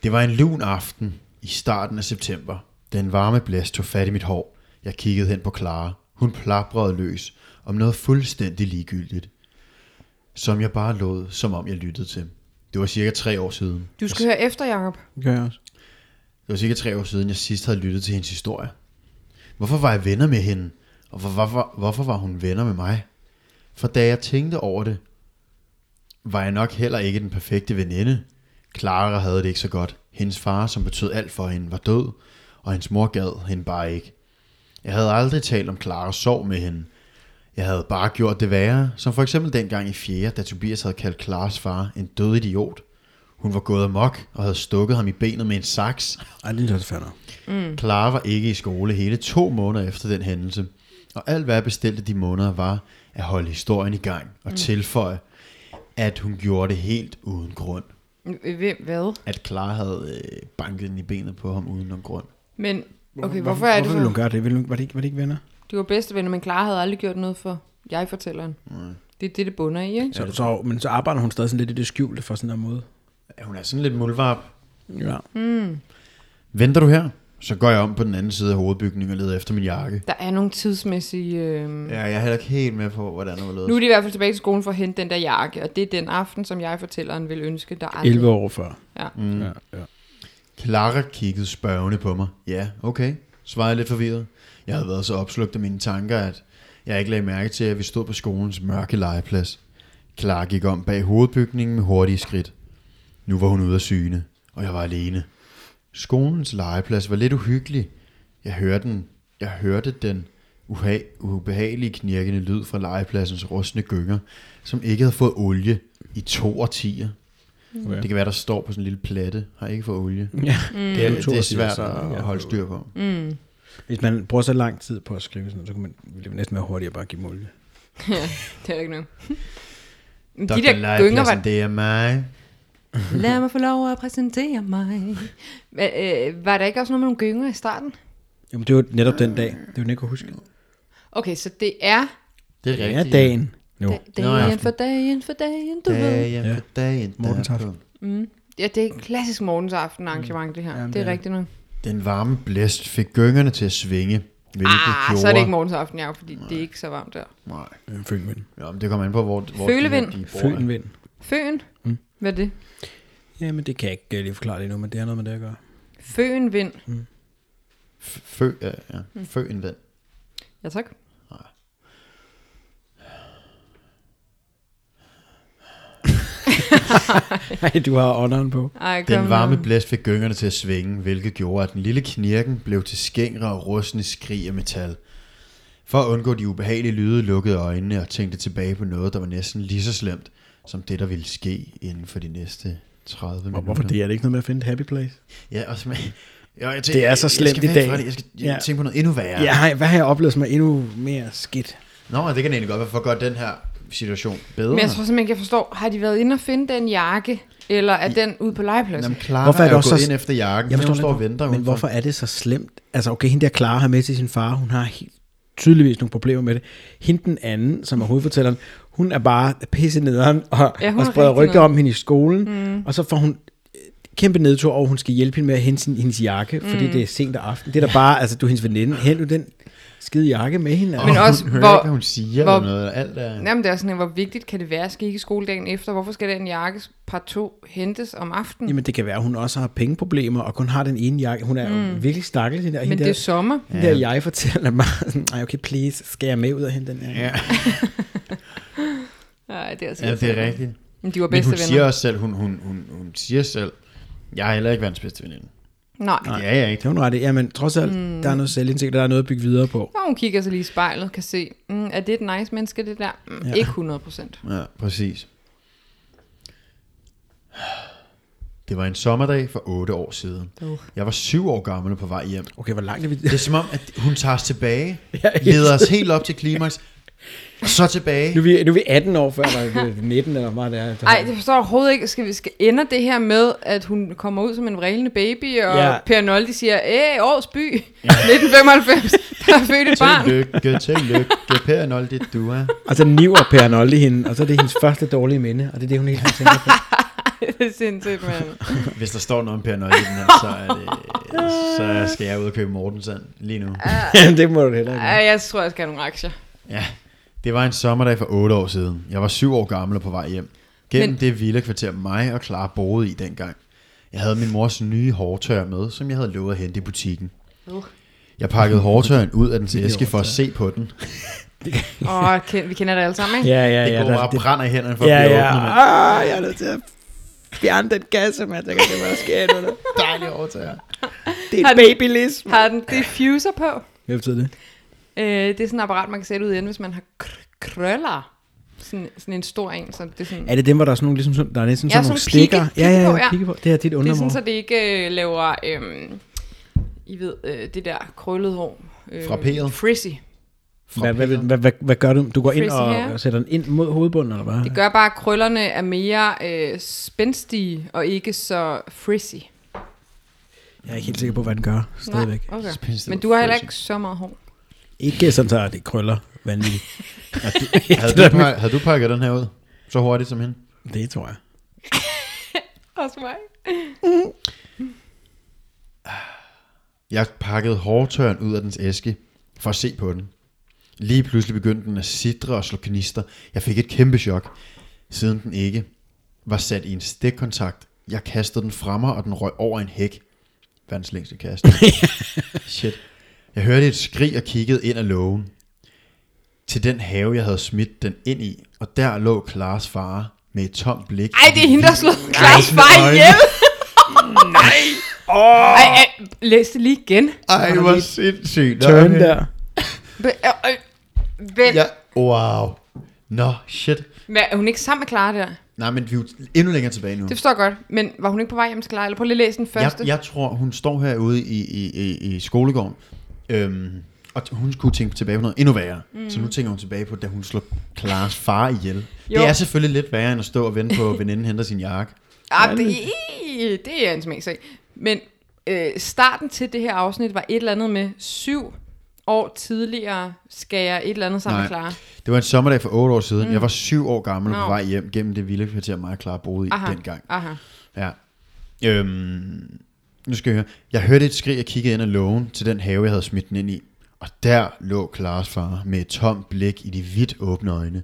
S2: Det var en lun aften i starten af september. Den varme blæst tog fat i mit hår. Jeg kiggede hen på Clara. Hun plaprede løs om noget fuldstændig ligegyldigt, som jeg bare lod, som om jeg lyttede til. Det var cirka tre år siden.
S3: Du skal høre efter, Jacob.
S4: Det gør jeg også.
S2: Det var cirka tre år siden, jeg sidst havde lyttet til hendes historie. Hvorfor var jeg venner med hende? Og hvor, hvorfor, hvorfor var hun venner med mig? For da jeg tænkte over det, var jeg nok heller ikke den perfekte veninde. Clara havde det ikke så godt. Hendes far, som betød alt for hende, var død, og hendes mor gad hende bare ikke. Jeg havde aldrig talt om Claras sorg med hende. Jeg havde bare gjort det værre, som for eksempel dengang i 4., da Tobias havde kaldt Claras far en død idiot. Hun var gået amok og havde stukket ham i benet med en saks.
S4: Ej, det er også fair nok.
S2: Clara var ikke i skole hele to måneder efter den hændelse, og alt hvad jeg bestilte de måneder var at holde historien i gang og mm. tilføje, at hun gjorde det helt uden grund.
S3: Øh, Hvem hvad?
S2: At Clara havde øh, banket den i benet på ham uden nogen grund.
S3: Men, okay, hvorfor er det
S4: hvorfor ville hun
S3: så?
S4: gøre det? Ville hun, var, det ikke, var det ikke venner?
S3: De var bedste venner, men Clara havde aldrig gjort noget for jeg-fortælleren. Det er det, det bunder i, ikke?
S4: Så, så, men så arbejder hun stadig sådan lidt i det skjulte for sådan en måde.
S2: Ja, Hun er sådan lidt mulvarp.
S4: Ja.
S3: Mm.
S2: Venter du her? Så går jeg om på den anden side af hovedbygningen og leder efter min jakke.
S3: Der er nogle tidsmæssige... Øh...
S2: Ja, jeg er heller ikke helt med på, hvordan det var lavet.
S3: Nu er de i hvert fald tilbage til skolen for at hente den der jakke, og det er den aften, som jeg-fortælleren vil ønske, der aldrig...
S4: 11 år før.
S3: Ja.
S4: Mm. Ja, ja.
S2: Clara kiggede spørgende på mig. Ja, okay, svarede jeg lidt forvirret. Jeg havde været så opslugt af mine tanker, at jeg ikke lagde mærke til, at vi stod på skolens mørke legeplads. Clara gik om bag hovedbygningen med hurtige skridt. Nu var hun ude af syne, og jeg var alene. Skolens legeplads var lidt uhyggelig. Jeg hørte den, jeg hørte den uha- ubehagelige knirkende lyd fra legepladsens rustne gynger, som ikke havde fået olie i to årtier.
S4: Okay.
S2: Det kan være, der står på sådan en lille platte, har ikke fået olie.
S4: ja.
S2: Det,
S4: Mm.
S2: er,
S4: To
S2: det er
S4: sider,
S2: svært
S4: så-
S2: at
S4: ja.
S2: holde styr
S3: Mm,
S2: på.
S4: Hvis man bruger så lang tid på at skrive sådan noget, så kunne man, ville det næsten være hurtigere bare at give dem olie.
S3: Det er der ikke noget. Men de der gynger var...
S2: Det er mig.
S3: Lad mig få lov at præsentere mig. Men, øh, var der ikke også noget med nogle gynger i starten?
S4: Jamen, det var netop den dag. Det var den, jeg kunne huske.
S3: Okay, så det er
S2: Det er
S4: Det
S2: rigtigt.
S4: er dagen. Jo.
S3: da-
S2: Nå, i
S3: dagen
S2: aften.
S3: for dagen for dagen, du ved.
S2: Dagen for dagen.
S4: Morten
S2: derpå.
S4: Taften.
S3: Ja, det er en klassisk morgensaften arrangement, det her.
S4: Jamen,
S3: det
S4: det
S3: er
S4: er
S3: rigtigt nok.
S2: Den varme blæst fik gyngerne til at svinge. Hvilket
S3: Ah,
S2: gjorde...
S3: så er det ikke morgensaften, ja, fordi det er ikke så varmt der.
S2: Nej.
S4: Øh, Fønvind.
S2: Nå, men det kommer an på, hvor, hvor de,
S3: Følevind.
S2: de bor.
S4: Fønvind.
S3: Føen? Mm. Hvad er det?
S4: Jamen, det kan jeg ikke øh, lige forklare lige nu, men det har noget med det at gøre.
S3: Føen vind.
S2: F- Fø, ja, ja.
S3: Mm.
S2: Fø en vand.
S3: Ja, tak.
S4: Nej, du har ånderen på.
S3: Ej, kom.
S2: Den varme blæst fik gyngerne til at svinge, hvilket gjorde, at den lille knirken blev til skængre og rustne skrig af metal. For at undgå de ubehagelige lyde, lukkede jeg øjnene og tænkte tilbage på noget, der var næsten lige så slemt, som det, der ville ske inden for de næste 30 minutter.
S4: Hvorfor det? Er det ikke noget med at finde et happy place?
S2: Ja, og som, jeg, jeg tænker,
S4: Det er så slemt
S2: jeg skal
S4: i
S2: væk
S4: dag.
S2: fra det. Jeg skal jeg
S4: Ja.
S2: tænke på noget endnu værre.
S4: Ja, hej, hvad har jeg oplevet, som er endnu mere skidt?
S2: Nå, det kan egentlig godt være, for at gøre den her situation bedre.
S3: Men jeg tror simpelthen ikke, jeg forstår. Har de været inde og finde den jakke, eller er den ude på legepladsen?
S2: Jamen, Clara
S4: Hvorfor
S2: hvorfor
S4: er
S2: er,
S4: det
S2: jo
S4: også
S2: gået
S4: så-
S2: ind efter jakken,
S4: Jeg
S2: men
S4: forstår
S2: hun står og
S4: lidt,
S2: venter
S4: Men
S2: udenfor.
S4: hvorfor er det så slemt? Altså, okay, hende der Clara har med til sin far, hun har helt tydeligvis nogle problemer med det. Hende den anden, som er hovedfortælleren, hun er bare pisse nederen og,
S3: Ja,
S4: ja,
S3: hun
S4: og
S3: er
S4: spreder
S3: rigtig
S4: rygter
S3: nederen.
S4: om hende i skolen, mm. og så får hun øh, kæmpe nedtur over, at hun skal hjælpe hende med at hente sin, hendes jakke,
S3: Mm.
S4: fordi det er sent aften. Det er da bare, altså du er hendes veninde, hent du den skide jakke med hende.
S3: Men
S2: Og
S3: også,
S2: hun hører
S3: hvor-
S2: ikke, hvad hun siger
S3: hvor-
S2: eller noget, eller alt er...
S3: Jamen, det er sådan, hvor vigtigt kan det være, at skal I ikke i skole dagen efter? Hvorfor skal den jakkes par to hentes om aftenen? Jamen,
S4: Jamen det kan være, at hun også har pengeproblemer, og kun har den ene jakke. Hun er mm. jo virkelig stakkel, hende der.
S3: Men
S4: hende
S3: det er
S4: der,
S3: sommer.
S4: Den der jeg fortæller mig, sådan, "Ej, okay, please, skal jeg med ud og hente den her?
S2: Ja,
S3: Nej, det er altså
S2: ja, det er
S3: irriterende.
S2: rigtigt.
S3: Men de var
S2: Men
S3: bedste
S2: hun
S3: venner.
S2: siger også selv, hun, hun, hun, hun siger selv, jeg er heller ikke verdens bedste veninde.
S3: Nej.
S2: Nej.
S3: Nej.
S2: Det er jeg
S4: Det
S2: ikke.
S4: har hun ret i. Jamen, trods alt, mm. der er noget selvindsigt, og der er noget at bygge videre på.
S3: Og hun kigger sig lige i spejlet, kan se, mm, er det et nice menneske, det der? Mm, ja.
S4: Ja.
S3: Ikke 100 procent.
S2: Ja, præcis. Det var en sommerdag for otte år siden.
S3: Uh.
S2: Jeg var syv år gammel og på vej hjem.
S4: Okay, hvor langt er vi?
S2: Det er som om, at hun tager os tilbage,
S4: Ja, helt
S2: leder os helt op til klimaks, og så tilbage.
S4: Nu er vi, nu er vi 18 år før, eller 19 eller hvor meget det er.
S3: Nej, det forstår jeg overhovedet ikke. Skal vi skal ende det her med, at hun kommer ud som en vrælende baby, og ja.
S4: Ja.
S3: Per Noldi siger, æh, års by, 1995, der er født et barn.
S2: Tillykke, tillykke, Per Noldi, du er.
S4: Og så niver Per Nolde hende, og så er det hendes første dårlige minde, og det er det, hun hele tiden tænker på.
S3: det er sindssygt, mand.
S2: Hvis der står noget om Per Noldi i den her, så, er det, så skal jeg ud og købe Mortensand lige nu.
S4: Jamen, det må du heller ikke.
S3: Ej, jeg tror, jeg skal have nogle aktier.
S2: Ja, det var en sommerdag for otte år siden. Jeg var syv år gammel og på vej hjem. Gennem
S3: Men-
S2: Men... det vilde kvarter mig og Clara boede i dengang. Jeg havde min mors nye hårtør med, som jeg havde lovet at hente i butikken. Jeg pakkede hårtøjen ud af dens æske for at se på den.
S3: Åh, kend, vi kender det alle sammen, ikke?
S4: Ja, ja,
S2: Det
S4: ja.
S2: går
S4: der-
S2: bare og
S4: det-
S2: brænder i hænderne for at
S4: Ja,
S2: blive
S4: ja.
S2: åbnet. mand.
S4: Ah, jeg er nødt til at fjerne den kasse, mand. Der kan det bare ske nu.
S2: Dejlig hårtøjer.
S4: Det er et babylis.
S3: Har den diffuser på?
S4: Hvad betyder det?
S3: Øh, det er sådan et apparat, man kan sætte ud igen, hvis man har kr- krøller. sådan, sådan en stor en, så det er sådan...
S4: Er det dem, hvor der er sådan nogle, ligesom, sådan- der er næsten
S3: Ja,
S4: sådan nogle
S3: sådan nogle
S4: stikker?
S3: pigge- pigge på, ja.
S4: pigge på. Det her, dit
S3: Det er sådan,
S4: undermål.
S3: så det ikke øh, laver, øhm, I ved, øh, det der krøllede hår. Øh,
S2: Frapperet.
S3: Frizzy.
S4: Hvad, hvad, hvad, hvad, hvad, gør du? Du går ind
S3: Frizzy
S4: og
S3: hair.
S4: sætter den ind mod hovedbunden, eller hvad?
S3: Det gør bare, at krøllerne er mere øh, spændstige og ikke så frizzy.
S4: Jeg er ikke helt sikker på, hvad den gør stadigvæk.
S3: Nej, okay.
S2: Spændstige
S3: Men
S2: og
S3: du har heller
S2: frizzy.
S3: ikke så meget hår.
S4: Ikke sådan, så det krøller vanvittigt.
S2: Havde du, pak- havde du pakket den her ud så hurtigt som hende?
S4: Det tror jeg.
S3: Også mig.
S2: Jeg pakkede hårtørn ud af dens æske for at se på den. Lige pludselig begyndte den at sidre og slå knister. Jeg fik et kæmpe chok, siden den ikke var sat i en stikkontakt. Jeg kastede den fra mig, og den røg over en hæk. Verdens længste kast. Shit. Jeg hørte et skrig og kiggede ind ad lågen. Til den have, jeg havde smidt den ind i, og der lå Klars far med et tomt blik.
S3: Ej, det er hende, der har slået Klaus far ihjel. Nej. Ej, ej, læs det lige igen.
S2: Ej, hvor sindssygt. Nå,
S4: Turn
S2: okay.
S4: der.
S3: B- øh, øh, Vent,
S2: Ja, wow. Nå, shit.
S3: Hvad, er hun ikke sammen med Clara der?
S2: Nej, men vi er jo endnu længere tilbage nu.
S3: Det forstår jeg godt, men var hun ikke på vej hjem til Clara? Eller prøv lige at læse den
S2: Jeg,
S3: første.
S2: jeg tror, hun står herude i, i, i, i skolegården, øhm, og t- hun kunne tænke tilbage på noget endnu værre. Mm. Så nu tænker hun tilbage på, da hun slog Klares far ihjel.
S3: Jo.
S2: Det er selvfølgelig lidt værre, end at stå og vente på, at veninden henter sin jakke.
S3: Ah, det, det er en smagsag. Men øh, starten til det her afsnit var et eller andet med syv år tidligere skal jeg et eller andet sammen med
S2: Nej.
S3: Clara.
S2: Det var en sommerdag for otte år siden. Mm. Jeg var syv år gammel og
S3: Nå.
S2: på vej hjem gennem det vilde kvarter, mig og Clara boede i
S3: Aha,
S2: dengang.
S3: aha.
S2: Ja. Øhm, nu skal jeg høre. Jeg hørte et skrig og kiggede ind ad lågen til den have, jeg havde smidt den ind i. Og der lå Klares far med et tomt blik i de vidt åbne øjne.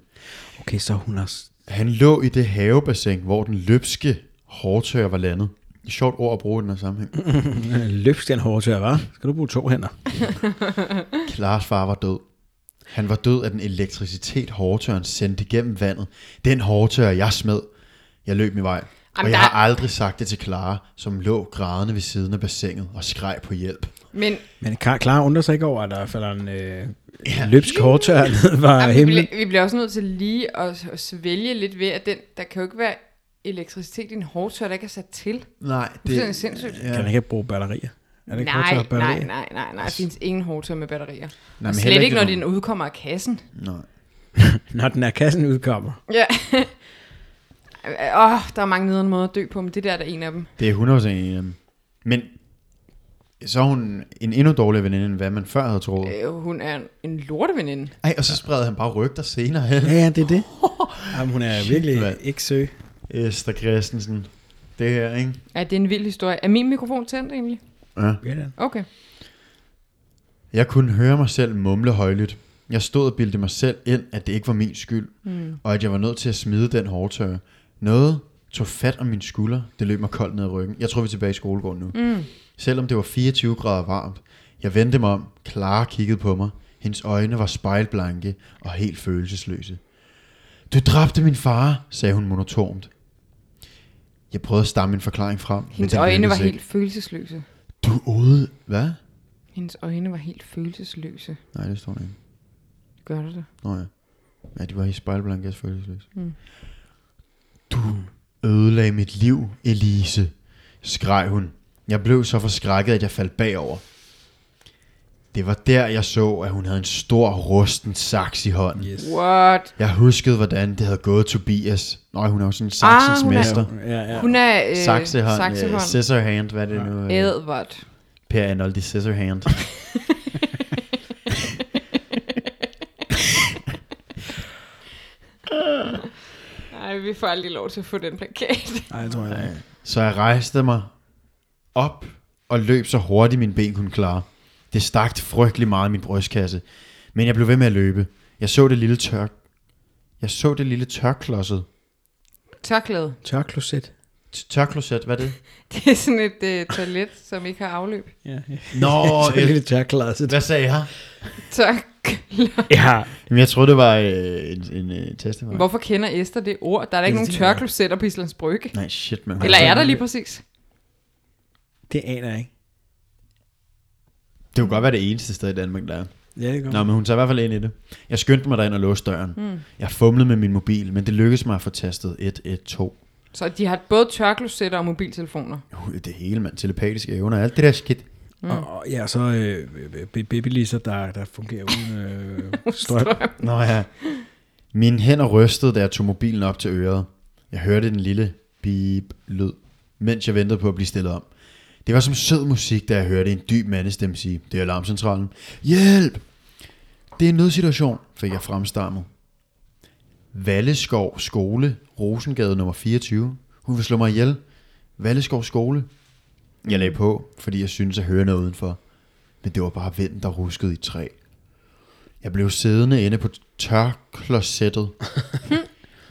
S4: Okay, så hun har... s-
S2: Han lå i det havebassin, hvor den løbske hårdtør var landet. Et sjovt ord at bruge i den her sammenhæng.
S4: Løbstjern hårdtør, hva'? Skal du bruge to hænder?
S2: Klares far var død. Han var død af den elektricitet, hårdtøren sendte gennem vandet. Den hårdtør, jeg smed. Jeg løb min vej.
S3: Jamen,
S2: og jeg
S3: der-
S2: har aldrig sagt det til Clara, som lå grædende ved siden af bassinet og skreg på hjælp.
S3: Men
S4: Men Klar, Clara undrer sig ikke over, at der falder en øh, løbsk hårdtør ned fra
S3: Jamen, vi,
S4: himlen.
S3: bliver, vi bliver også nødt til lige at, at svælge lidt ved, at den, der kan jo ikke være elektricitet i en hårdtør, der ikke er sat til.
S2: Nej,
S3: Det er sindssygt.
S4: Kan man ikke bruge batterier? Er det ikke
S3: Nej,
S4: hårdtør og
S3: nej,
S4: batterier?
S3: nej, nej, nej. Der findes ingen hårdtør med batterier. Nej,
S2: men
S3: og
S2: heller
S3: slet
S2: ikke
S3: ikke, når
S2: nogen-
S3: den udkommer af kassen.
S2: Nej.
S4: Når den er kassen udkommer.
S3: Ja. Åh, oh, der er mange nederen måder at dø på, men det der er da en af dem.
S2: Det er 100% enig. i dem. Men så er hun en endnu dårligere veninde, end hvad man før havde troet.
S3: Øh, Hun er en- en lorteveninde.
S2: Ej, og så spreder han bare rygter senere hen.
S4: Ja, ja, det er det. Jamen, hun er virkelig
S2: mand.
S4: ikke sø.
S2: Esther Christensen. Det her, ikke?
S3: Ja, det er en vild historie. Er min mikrofon tændt egentlig?
S2: Ja.
S3: Okay.
S2: Jeg kunne høre mig selv mumle højlydt. Jeg stod og bildte mig selv ind, at det ikke var min skyld, mm. og at jeg var nødt til at smide den hårdtørre. Noget tog fat om min skulder. Det løb mig koldt ned ad ryggen. Jeg tror, vi er tilbage i skolegården nu. Mm. Selvom det var 24 grader varmt. Jeg vendte mig om. Clara kiggede på mig. Hendes øjne var spejlblanke og helt følelsesløse. Du dræbte min far, sagde hun monotont. Jeg prøvede at stamme en forklaring frem. men
S3: Hendes
S2: det
S3: øjne var
S2: lykkedes
S3: helt
S2: ikke.
S3: følelsesløse.
S2: Du ude... Hvad?
S3: Hendes øjne var helt følelsesløse.
S2: Nej, det står der ikke.
S3: Gør du det?
S2: Nå ja. Ja, de var i spejlblanke og følelsesløse. Mm. Du ødelagde mit liv, Elise, skreg hun. Jeg blev så forskrækket, at jeg faldt bagover. Det var der, jeg så, at hun havde en stor rusten saks i hånden.
S4: Yes.
S3: What?
S2: Jeg huskede, hvordan det havde gået Tobias. Nå, hun er jo sådan saksens
S3: Ah, hun er-
S2: mester.
S4: Ja, ja.
S3: Hun er øh,
S2: Saksehånd, øh,
S3: saksehånd.
S2: scissor hand, hvad er det nu? øh,
S3: Edward.
S2: Per Arnoldi scissor hand.
S3: Nej, vi får aldrig lov til at få den plakat.
S4: Nej, det tror jeg ikke.
S2: Så jeg rejste mig op og løb så hurtigt, mine ben kunne klare. Det stak frygtelig meget i min brystkasse, men jeg blev ved med at løbe. Jeg så det lille tør... Jeg så det lille tørklodset.
S3: Tørklæde.
S4: Tørkloset.
S2: T- Tørklodset, hvad er det?
S3: Det er sådan et øh, toilet, som ikke har afløb.
S4: Ja.
S2: Nå,
S4: Så
S2: øh,
S4: et lille tørkloset.
S2: hvad sagde jeg?
S3: Tørklæde.
S4: Ja.
S2: Jamen, jeg troede, det var øh, en, en øh, testevare.
S3: Hvorfor kender Esther det ord? Der er da ikke nogen tørklosetter på Islands Brygge.
S2: Nej, shit, man.
S3: Eller er der lige præcis?
S4: Det aner jeg ikke.
S2: Det kunne godt være det eneste sted i Danmark, der er.
S4: Ja, det gør
S2: Nå, men hun tager i hvert fald ind i det. Jeg skyndte mig derind og låste døren.
S3: Hmm.
S2: Mm. Jeg fumlede med min mobil, men det lykkedes mig at få tastet 112.
S3: Så de har både tørklosetter og mobiltelefoner.
S2: Uh, Det hele, mand. Telepatiske evner og alt det der shit.
S4: Mm. Og, og ja, så øh, b- babylisser, der, der fungerer uden øh, strøm.
S2: Nå ja. Mine hænder rystede, da jeg tog mobilen op til øret. Jeg hørte den lille beep-lyd, mens jeg ventede på at blive stillet om. Det var som sød musik, da jeg hørte en dyb mandestemme sige, det er alarmcentralen. Hjælp! Det er en nødsituation, fik jeg fremstammet. Valleskov Skole, Rosengade nummer 24. Hun vil slå mig ihjel. Valleskov Skole. Jeg lagde på, fordi jeg syntes at høre noget udenfor. Men det var bare vinden, der ruskede i træ. Jeg blev siddende inde på tørklosettet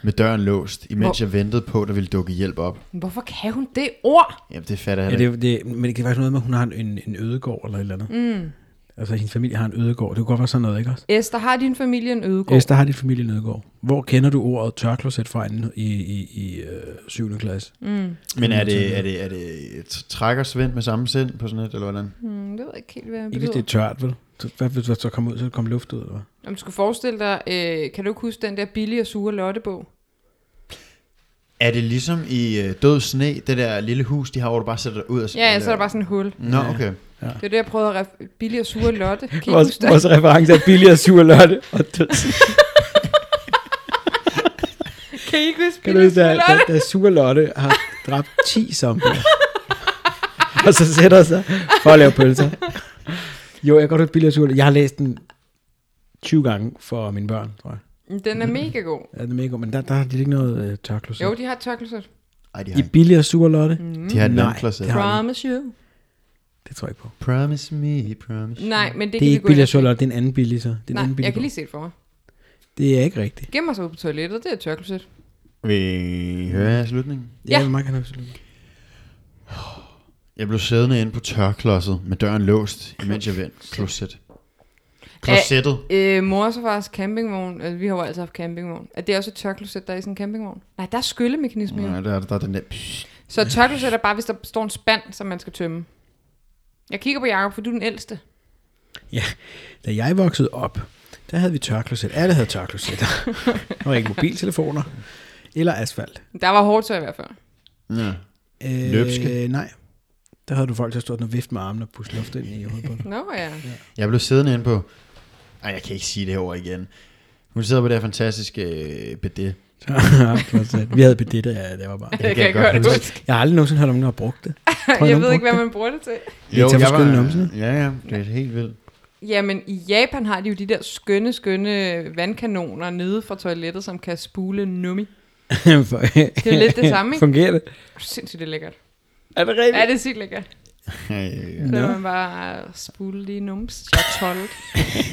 S2: med døren låst, imens
S3: Hvor-
S2: jeg ventede på, at der ville dukke hjælp op.
S3: Hvorfor kan hun det ord?
S2: Jamen, det fatter jeg
S4: Ja,
S2: ja,
S4: det, det, men det kan faktisk noget med, at hun har en- en, en ødegård eller et eller andet. Mm. Altså, hendes familie har en ødegård. Det kunne godt være sådan noget, ikke også?
S3: Esther, har din familie en ødegård?
S4: Yes, der har din familie en ødegård. Hvor kender du ordet tørkloset fra inden i, i, i øh, 7. klasse? Mm.
S2: Men er det, er det, er det t- trækker Svend med samme sind på sådan et, eller hvordan?
S3: Hmm, det ved jeg ikke helt, hvad det
S4: Ikke hvis
S3: betyder.
S4: det er tørt, vel? Så, hvad hvis der så kommer ud, så kommer luft ud, eller hvad?
S3: Om du skal forestille dig, øh, kan du ikke huske den der billige og sure Lottebog?
S2: Er det ligesom i øh, Død Sne, det der lille hus, de har, hvor du bare sætter dig ud? Og
S3: Ja, ja, så er der bare sådan et hul.
S2: Nå, okay.
S3: Det er det, jeg prøvede at ref- billige og sure Lotte. Kan I
S4: Vores,
S3: huske det?
S4: vores reference er billigere sur lotte og døds.
S3: Kan I ikke huske
S4: Kan du
S3: billige og
S4: huske,
S3: sure
S4: da, da,
S3: Lotte?
S4: da sur lotte har dræbt 10 zombier? og så sætter sig for at lave pølser. Jo, jeg kan godt huske billigere sur Lotte. Jeg har læst den 20 gange for mine børn, tror jeg.
S3: Den er mega god.
S4: Ja, det er mega godt, men der, der er det ikke noget øh, tørkloset.
S3: Jo, Mm. de har et tørklæde.
S2: Ej, de har,
S4: I
S2: ikke-
S4: billigere sur lotte?
S2: de har et
S4: Nej,
S2: vandklodset.
S4: det har-
S3: Promise you.
S4: Det tror jeg ikke på.
S2: Promise me, promise
S3: Nej, men det,
S4: Det
S3: kan
S4: er
S3: vi
S4: ikke
S3: gå ind
S4: billigere
S3: og-
S4: sur lotte, det er en anden billig så. Det er en
S3: Nej,
S4: anden billig
S3: jeg kan
S4: bog.
S3: lige se det for mig.
S4: Det er ikke rigtigt.
S3: Gemmer sig ude på toilettet, det er tørklæde.
S2: Vil I høre slutningen?
S3: Ja.
S4: Ja, man kan absolut.
S2: Jeg blev siddende inde på tørklodset med døren låst, imens jeg vendte kloset. Klosettet.
S3: Øh, mors og fars campingvogn, altså, vi har jo altid haft campingvogn. Er det også et tørkloset, der er i sådan en campingvogn? Nej, der er skyllemekanisme.
S2: Nej,
S3: Ja.
S2: der, er- der er den der... psh.
S3: Så et tørkloset er bare, hvis der står en spand, som man skal tømme. Jeg kigger på Jacob, for du er den ældste.
S4: Ja, da jeg voksede op, der havde vi tørkloset. Alle havde tørklosetter. der var ikke mobiltelefoner eller asfalt.
S3: Der var hårdt tøj i hvert fald.
S2: Ja.
S4: Øh,
S2: Løbske.
S4: Nej, der havde du folk til at stå og vifte med armene og puste luft ind i hovedet på dem.
S3: Nå ja.
S2: Jeg blev siddende inde på... Ej, jeg kan ikke sige det her ord igen. Hun sidder på det her fantastiske øh, bidet.
S4: Tørkloset. vi havde bedittet, ja, det var bare.
S3: Det kan jeg godt huske.
S4: Jeg har aldrig nogensinde hørt om nogen, der har brugt det. Tror,
S3: Jeg
S4: nogen
S3: ved ikke,
S4: brugte
S3: hvad man bruger det til.
S4: det. Jo, jeg var... Numsen.
S2: Ja, ja, det er helt vildt.
S3: Jamen, i Japan har de jo de der skønne, skønne vandkanoner nede fra toilettet, som kan spule nummi.
S4: det
S3: er lidt det samme, ikke?
S4: Fungerer det?
S3: Sindssygt, det er lækkert.
S4: Er det rigtigt?
S3: Ja, det er sygt lækkert.
S2: Øh,
S3: Så
S4: Nå.
S3: kan man bare spule lige nums. Jeg er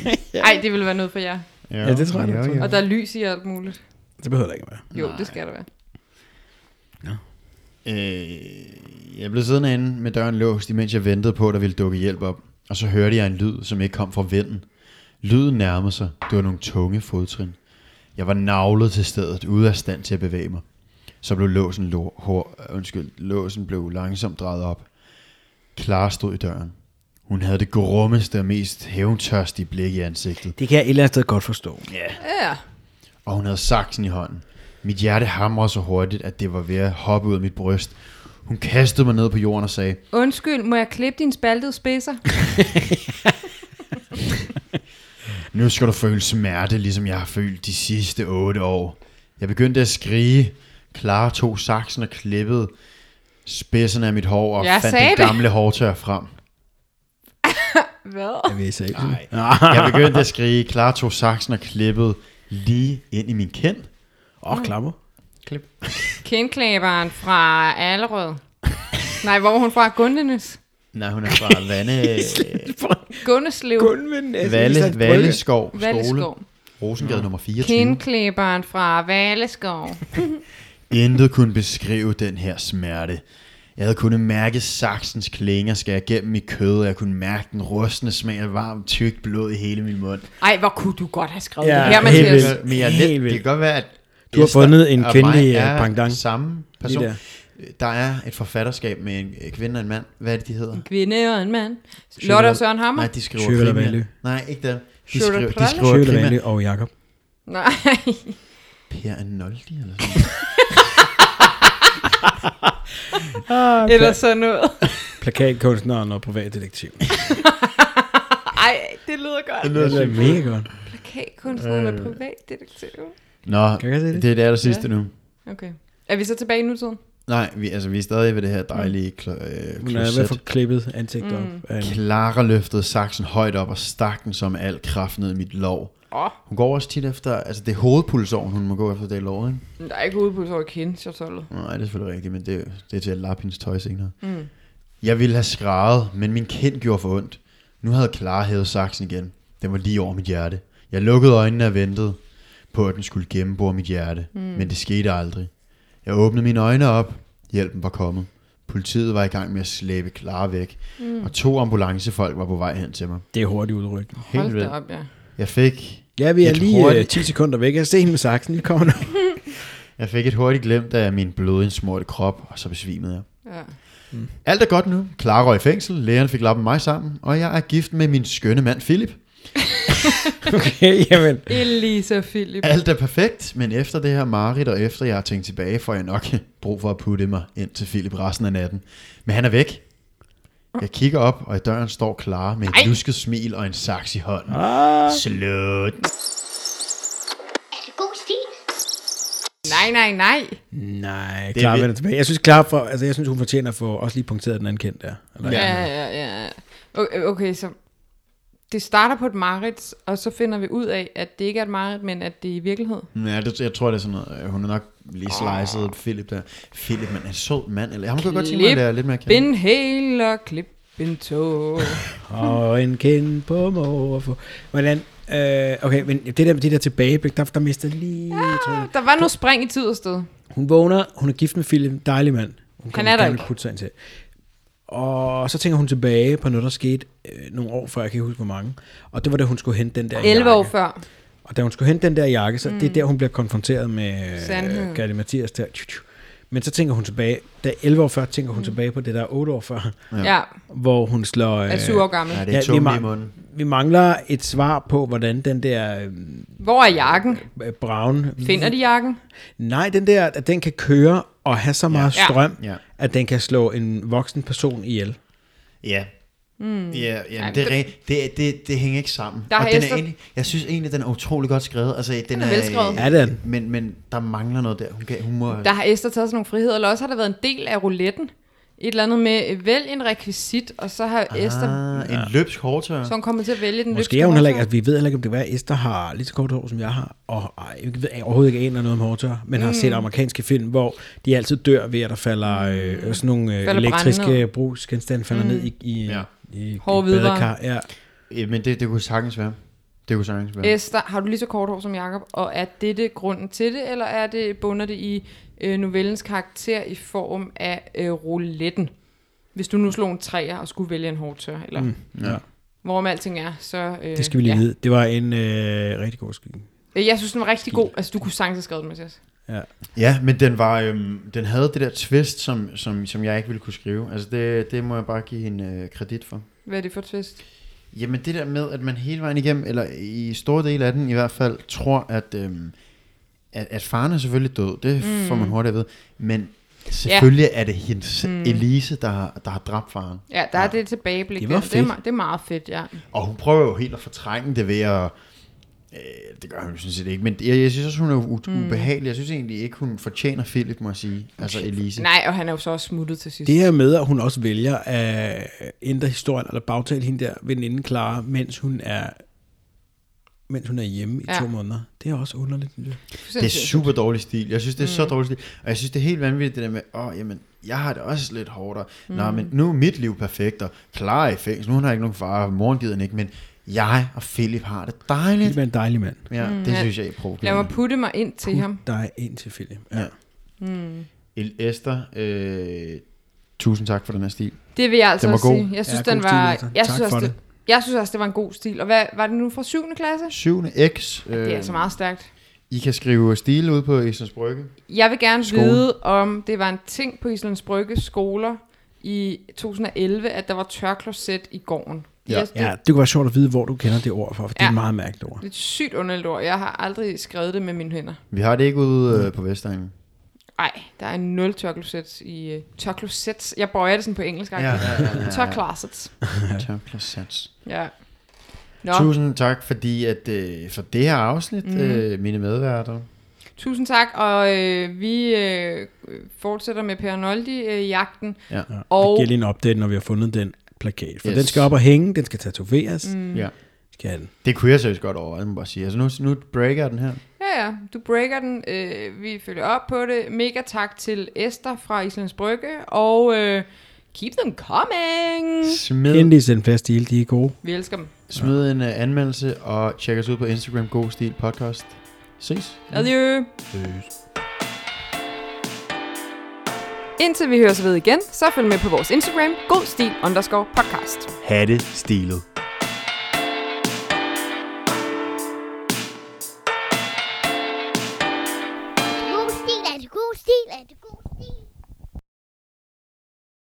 S3: 12. Ej, det ville være noget for jer.
S4: Ja, det tror jeg, det tror jeg.
S3: Og der er lys i alt muligt.
S4: Det behøver der ikke at være.
S3: Jo, det skal der være.
S2: Øh, jeg blev siddende inde med døren låst, imens jeg ventede på, at der ville dukke hjælp op. Og så hørte jeg en lyd, som ikke kom fra vinden. Lyden nærmede sig. Det var nogle tunge fodtrin. Jeg var navlet til stedet, ude af stand til at bevæge mig. Så blev låsen, lo- hår, undskyld, låsen blev langsomt drejet op. Clara stod i døren. Hun havde det grummeste og mest hævntørstige blik i ansigtet.
S4: Det kan jeg et eller andet sted godt forstå.
S3: Ja.
S2: og hun havde saksen i hånden. Mit hjerte hamrede så hurtigt, at det var ved at hoppe ud af mit bryst. Hun kastede mig ned på jorden og sagde,
S3: Undskyld, må jeg klippe dine spaltede spidser?
S2: nu skal du føle smerte, ligesom jeg har følt de sidste otte år. Jeg begyndte at skrige. Clara tog saksen og klippede spidserne af mit hår og
S3: Jeg
S2: fandt
S3: sagde
S2: det
S3: det.
S2: gamle hårtør frem.
S3: Hvad?
S4: Jeg vil sige.
S2: Jeg begyndte at skrige. Clara tog saksen og klippede lige ind i min kind.
S4: Åh, klammer.
S2: Klip.
S3: Kindklæberen fra Allerød. Nej, hvor var hun fra? Gundenes.
S2: Nej, hun er fra Vande,
S3: Gunneslev.
S4: Gulven.
S2: Valle, Valleskov Skole.
S3: Valleskov.
S2: Rosengade nummer 24.
S3: Kindklæberen fra Valeskov.
S2: Intet kunne beskrive den her smerte. Jeg havde kunnet mærke saksens klinger skære gennem mit kød, og jeg kunne mærke den rustne smag af varmt, tykt blod i hele min mund.
S3: Ej, hvor kunne du godt have skrevet
S4: Ja,
S3: det her,
S4: helt
S3: Mathias.
S4: vildt.
S2: Men jeg er
S4: Helt
S2: lidt, det
S4: vildt.
S2: kan godt være, at
S4: Du har
S2: Esther
S4: fundet en
S2: og
S4: kvindelig,
S2: mig er
S4: øh, pendant.
S2: samme person.
S4: Lige
S2: Der. er et forfatterskab med en øh, kvinde og en mand. Hvad er det, de hedder?
S3: Kvinde og en mand. Lotte og Søren Hammer.
S2: Nej, de skriver
S4: Tjøvel og
S2: krimier.
S4: Valø.
S2: Nej, ikke det. De,
S3: Sjurre
S2: skriver, de
S3: Pralle?
S2: skriver
S4: Sjøl
S2: primært
S4: og Jakob.
S3: Nej.
S2: Per Arnoldi eller sådan
S4: Ah,
S3: Eller sådan noget.
S4: Plakatkunstneren og privatdetektiv.
S3: Ej, det lyder godt.
S4: Det er mega godt.
S3: Øh. Plakatkunstneren og privatdetektiv.
S2: Nå,
S4: Kan jeg se det?
S2: det er det allersidste nu.
S3: Okay. Er vi så tilbage i nutiden?
S2: Nej, vi, altså, vi er stadig ved det her dejlige kl- øh,
S4: Hun er ved at få
S2: kloset.
S4: klippet ansigtet op. af en-
S2: Clara løftede saksen højt op og stak den som al kraft ned i mit lov.
S3: Åh, oh,
S2: Hun går også tit efter, altså det er hovedpulsåren, hun må gå efter det i lov, ikke?
S3: der er ikke ude på så kende, så tollet.
S2: Nej, det er selvfølgelig rigtigt, men det, det er til at lappe hendes tøj senere. Mm. Jeg ville have skrevet, men min kind gjorde for ondt. Nu havde Clara hævet saksen igen. Den var lige over mit hjerte. Jeg lukkede øjnene og ventede på, at den skulle gennembore mit hjerte. Mm. Men det skete aldrig. Jeg åbnede mine øjne op. Hjælpen var kommet. Politiet var i gang med at slæbe Clara væk. Mm. Og to ambulancefolk var på vej hen til mig.
S4: Det er hurtigt udryk.
S3: Hold
S2: Helt
S3: da
S2: vildt.
S3: op, ja.
S2: Jeg fik
S4: Ja, vi er
S2: Et
S4: lige øh,
S2: hurtigt-
S4: 10 sekunder væk. Jeg ser hende med saksen. Vi kommer nu.
S2: Jeg fik et hurtigt glemt af min blodinsmurte krop, og så besvimede jeg.
S3: ja.
S2: Alt er godt nu. Clara røg i fængsel, lægerne fik lappen mig sammen, og jeg er gift med min skønne mand Philip.
S4: Okay, jamen.
S3: Elisa Philip.
S2: Alt er perfekt, men efter det her mareridt, og efter jeg har tænkt tilbage, får jeg nok brug for at putte mig ind til Philip resten af natten. Men han er væk. Jeg kigger op, og i døren står Clara med et lusket smil og en saks i hånden.
S4: Ah,
S2: Slut.
S1: Er det god stil?
S3: Nej, nej, nej.
S4: nej,
S2: er
S4: klar
S2: vildt.
S4: vender tilbage. Jeg synes, klar for, altså, jeg synes, hun fortjener at få også lige punkteret den anden kendt der. Eller,
S3: Ja, ja, ja. Okay, okay, så det starter på et mareridt, og så finder vi ud af, at det ikke er et mareridt, men at det er i virkelighed.
S2: Mm, Ja, det, jeg tror, det er sådan noget. øh, Hun er nok lige
S3: Ah.
S2: slicet Philip der. Philip, man er en sød mand. Eller, han kunne jeg godt tænke mig, at lære lidt mere at kende.
S3: en hæl og klip en tog.
S4: Og en kind på må og få. Hvordan, øh, okay, men det der, det der tilbageblik, der, der mister lige ja.
S3: Der var noget spring i tid og sted.
S4: Hun vågner, hun er gift med Philip, dejlig mand. Hun
S3: er der ikke.
S4: ikke. Putte sig ind til. Og så tænker hun tilbage på noget, der skete øh, nogle år før, jeg kan ikke huske, hvor mange. Og det var da hun skulle hente den der
S3: 11 år
S4: jakke.
S3: før.
S4: Og da hun skulle hente den der jakke, så mm. det er der, hun bliver konfronteret med
S3: Sandheden.
S4: øh, Gatti Mathias der. Tju, tju. Men så tænker hun tilbage, da 11 år før, tænker
S3: Mm.
S4: hun tilbage på det der 8 år før,
S3: Ja. ja.
S4: hvor hun slår... Øh,
S3: Er 7 år gammel.
S2: Ja, det er
S4: Ja, vi,
S2: tungt i
S4: man-
S2: munden.
S4: vi mangler et svar på, hvordan den der øh,
S3: Hvor er jakken?
S4: øh, brown...
S3: Finder de jakken?
S4: Nej, den der, at den kan køre og have så meget
S3: Ja.
S4: ja. strøm,
S2: Ja.
S4: ja. at den kan slå en voksen person ihjel.
S2: Ja. Mm. Ja, ja
S3: Hmm.
S2: det,
S3: men det-
S2: er, re- det, er- det, det hænger ikke sammen.
S3: Der
S2: og
S3: har
S2: den er
S3: Esther-
S2: egentlig, jeg synes egentlig, den er utrolig godt skrevet. Altså, den, den
S3: er velskrevet.
S4: Ja, det er den.
S2: Men, men der mangler noget der. Hun kan, hun må,
S3: Der har Esther taget sådan nogle friheder, eller også har der været en del af rouletten. Et eller andet med, øh, vælg en rekvisit, og så har Esther,
S2: ah, en løbsk hårdtør.
S3: så hun kommer til at vælge den
S4: Måske er hun heller ikke, at vi ved heller ikke, om det var, at Esther har lige så kort hår, som jeg har, og ej, vi ved overhovedet ikke aner noget om hårdtør, men mm. har set amerikanske film, hvor de altid dør ved, at der falder øh, sådan nogle øh,
S3: Mm. Falder brænde
S4: elektriske brugsgenstande, falder mm. ned i, i,
S2: Ja.
S4: ja. i, i
S3: Hårde hvidevarer.
S4: badekar. Ja.
S2: Ja, men det, det kunne sagtens være. Det kunne sagtens være.
S3: Esther, har du lige så kort hår som Jakob, og er dette grunden til det, eller er det bunder det i øh, novellens karakter i form af øh, rouletten? Hvis du nu slog en træer og skulle vælge en hårdtør, eller mm,
S2: ja.
S3: hvorom alting er, så... Øh,
S4: Det skal vi lige ja.
S3: ja.
S4: vide. Det var en øh, rigtig god skyld.
S3: Øh, Jeg synes, den var rigtig god. Altså, du kunne sagtens have skrevet den, Mathias.
S4: Ja.
S2: ja, men den, var, øhm, den havde det der twist, som, som, som jeg ikke ville kunne skrive. Altså, det, det må jeg bare give en øh, kredit for.
S3: Hvad er det for et twist?
S2: Jamen det der med, at man hele vejen igennem, eller i store dele af den i hvert fald, tror, at, øhm, at, at faren er selvfølgelig død. Det mm. får man hurtigt at vide. Men selvfølgelig ja. er det hendes mm. Elise, der har, der har dræbt faren.
S3: Ja, der ja. er det tilbageblik.
S4: Det var
S3: der. Det, er,
S4: fedt.
S3: me- det er meget fedt, ja.
S2: Og hun prøver jo helt at fortrænge det ved at... Øh, det gør hun jo sådan set ikke. Men jeg, jeg synes også, hun er u- mm. ubehagelig. Jeg synes egentlig ikke, hun fortjener Philip, må jeg sige. Altså Elise.
S3: Nej, og han er jo så også smuttet til sidst.
S4: Det her med, at hun også vælger at ændre historien, eller bagtale hende der veninden Clara, mens hun er mens hun er hjemme i
S3: Ja.
S4: ja. Mm. to måneder. Det er også underligt. synes jeg.
S2: Det er super dårlig stil. Jeg synes, det er mm. så dårlig stil. Og jeg synes, det er helt vanvittigt, det der med, åh, jamen, jeg har det også lidt hårdere. Mm. Nå, men nu er mit liv perfekt, og Clara er i fængsel. Nu har jeg ikke nogen far, moren gider den ikke, men jeg og Philip har det
S4: Philip
S2: dejligt.
S4: er en dejlig mand.
S2: Ja,
S3: Mm.
S2: det synes jeg er
S3: Lad mig
S2: provokerende.
S3: putte mig ind til ham.
S4: Der er en til Philip. Ja.
S2: El Esther, øh, tusind tak for den her stil.
S3: Det vil jeg altså
S2: Den var
S3: også
S2: god.
S3: sige. Jeg synes,
S4: Ja,
S3: den
S4: god stil,
S3: var...
S4: altså.
S3: jeg
S4: Tak
S3: synes
S4: for
S3: også,
S4: det.
S3: jeg synes også, det var en god stil. Og hvad var det nu fra 7. klasse?
S2: Syvende X. Øh,
S3: Det er altså meget stærkt.
S2: I kan skrive stil ud på Islands Brygge.
S3: Jeg vil gerne
S2: Skole.
S3: Skole. vide, om det var en ting på Islands Brygge skoler i 2011, at der var tørkloset i gården.
S2: Ja.
S3: Jeg, det,
S4: Ja, det kunne være sjovt at vide, hvor du kender det ord fra, for det er
S3: Ja.
S4: et meget mærkeligt ord.
S3: det er et sygt underligt ord. Jeg har aldrig skrevet det med mine hænder.
S2: Vi har det ikke ude
S4: Mm.
S2: øh, på Vestegnen.
S3: Nej, der er nul tørklosets i... Uh, tørklosets. Jeg bøjer det sådan på engelsk. Ja, ja. Tørklosets.
S2: Tørklasats.
S3: Ja. Nå, tusind.
S2: Tusind tak fordi at, øh, for det her afsnit, mm. øh, mine medværter.
S3: tusind tak, og øh, vi øh, fortsætter med øh, Per Noldi-jagten.
S2: Ja.
S4: Ja. Og... Vi
S3: Og-
S4: giver lige en update, når vi har fundet den plakat. For yes.
S2: Yes.
S4: den skal op og hænge, den skal tatoveres. Mm.
S2: Mm. ja.
S4: Skal den.
S2: Det kunne jeg seriøst godt over, jeg må bare sige. Altså nu, nu breaker jeg den her.
S3: Ja, ja, du breaker den. Øh, vi følger op på det. Mega tak til Esther fra Islands Brygge, og øh, keep them coming!
S2: Smid,
S4: Endelig send plads til de er gode.
S3: Vi elsker dem.
S2: smid en øh, anmeldelse og tjek os ud på Instagram, God Stil Podcast. Ses.
S3: Adieu!
S2: Ses.
S3: Indtil vi høres ved igen, så følg med på vores Instagram, godstil underscore podcast.
S2: Hatte stilet.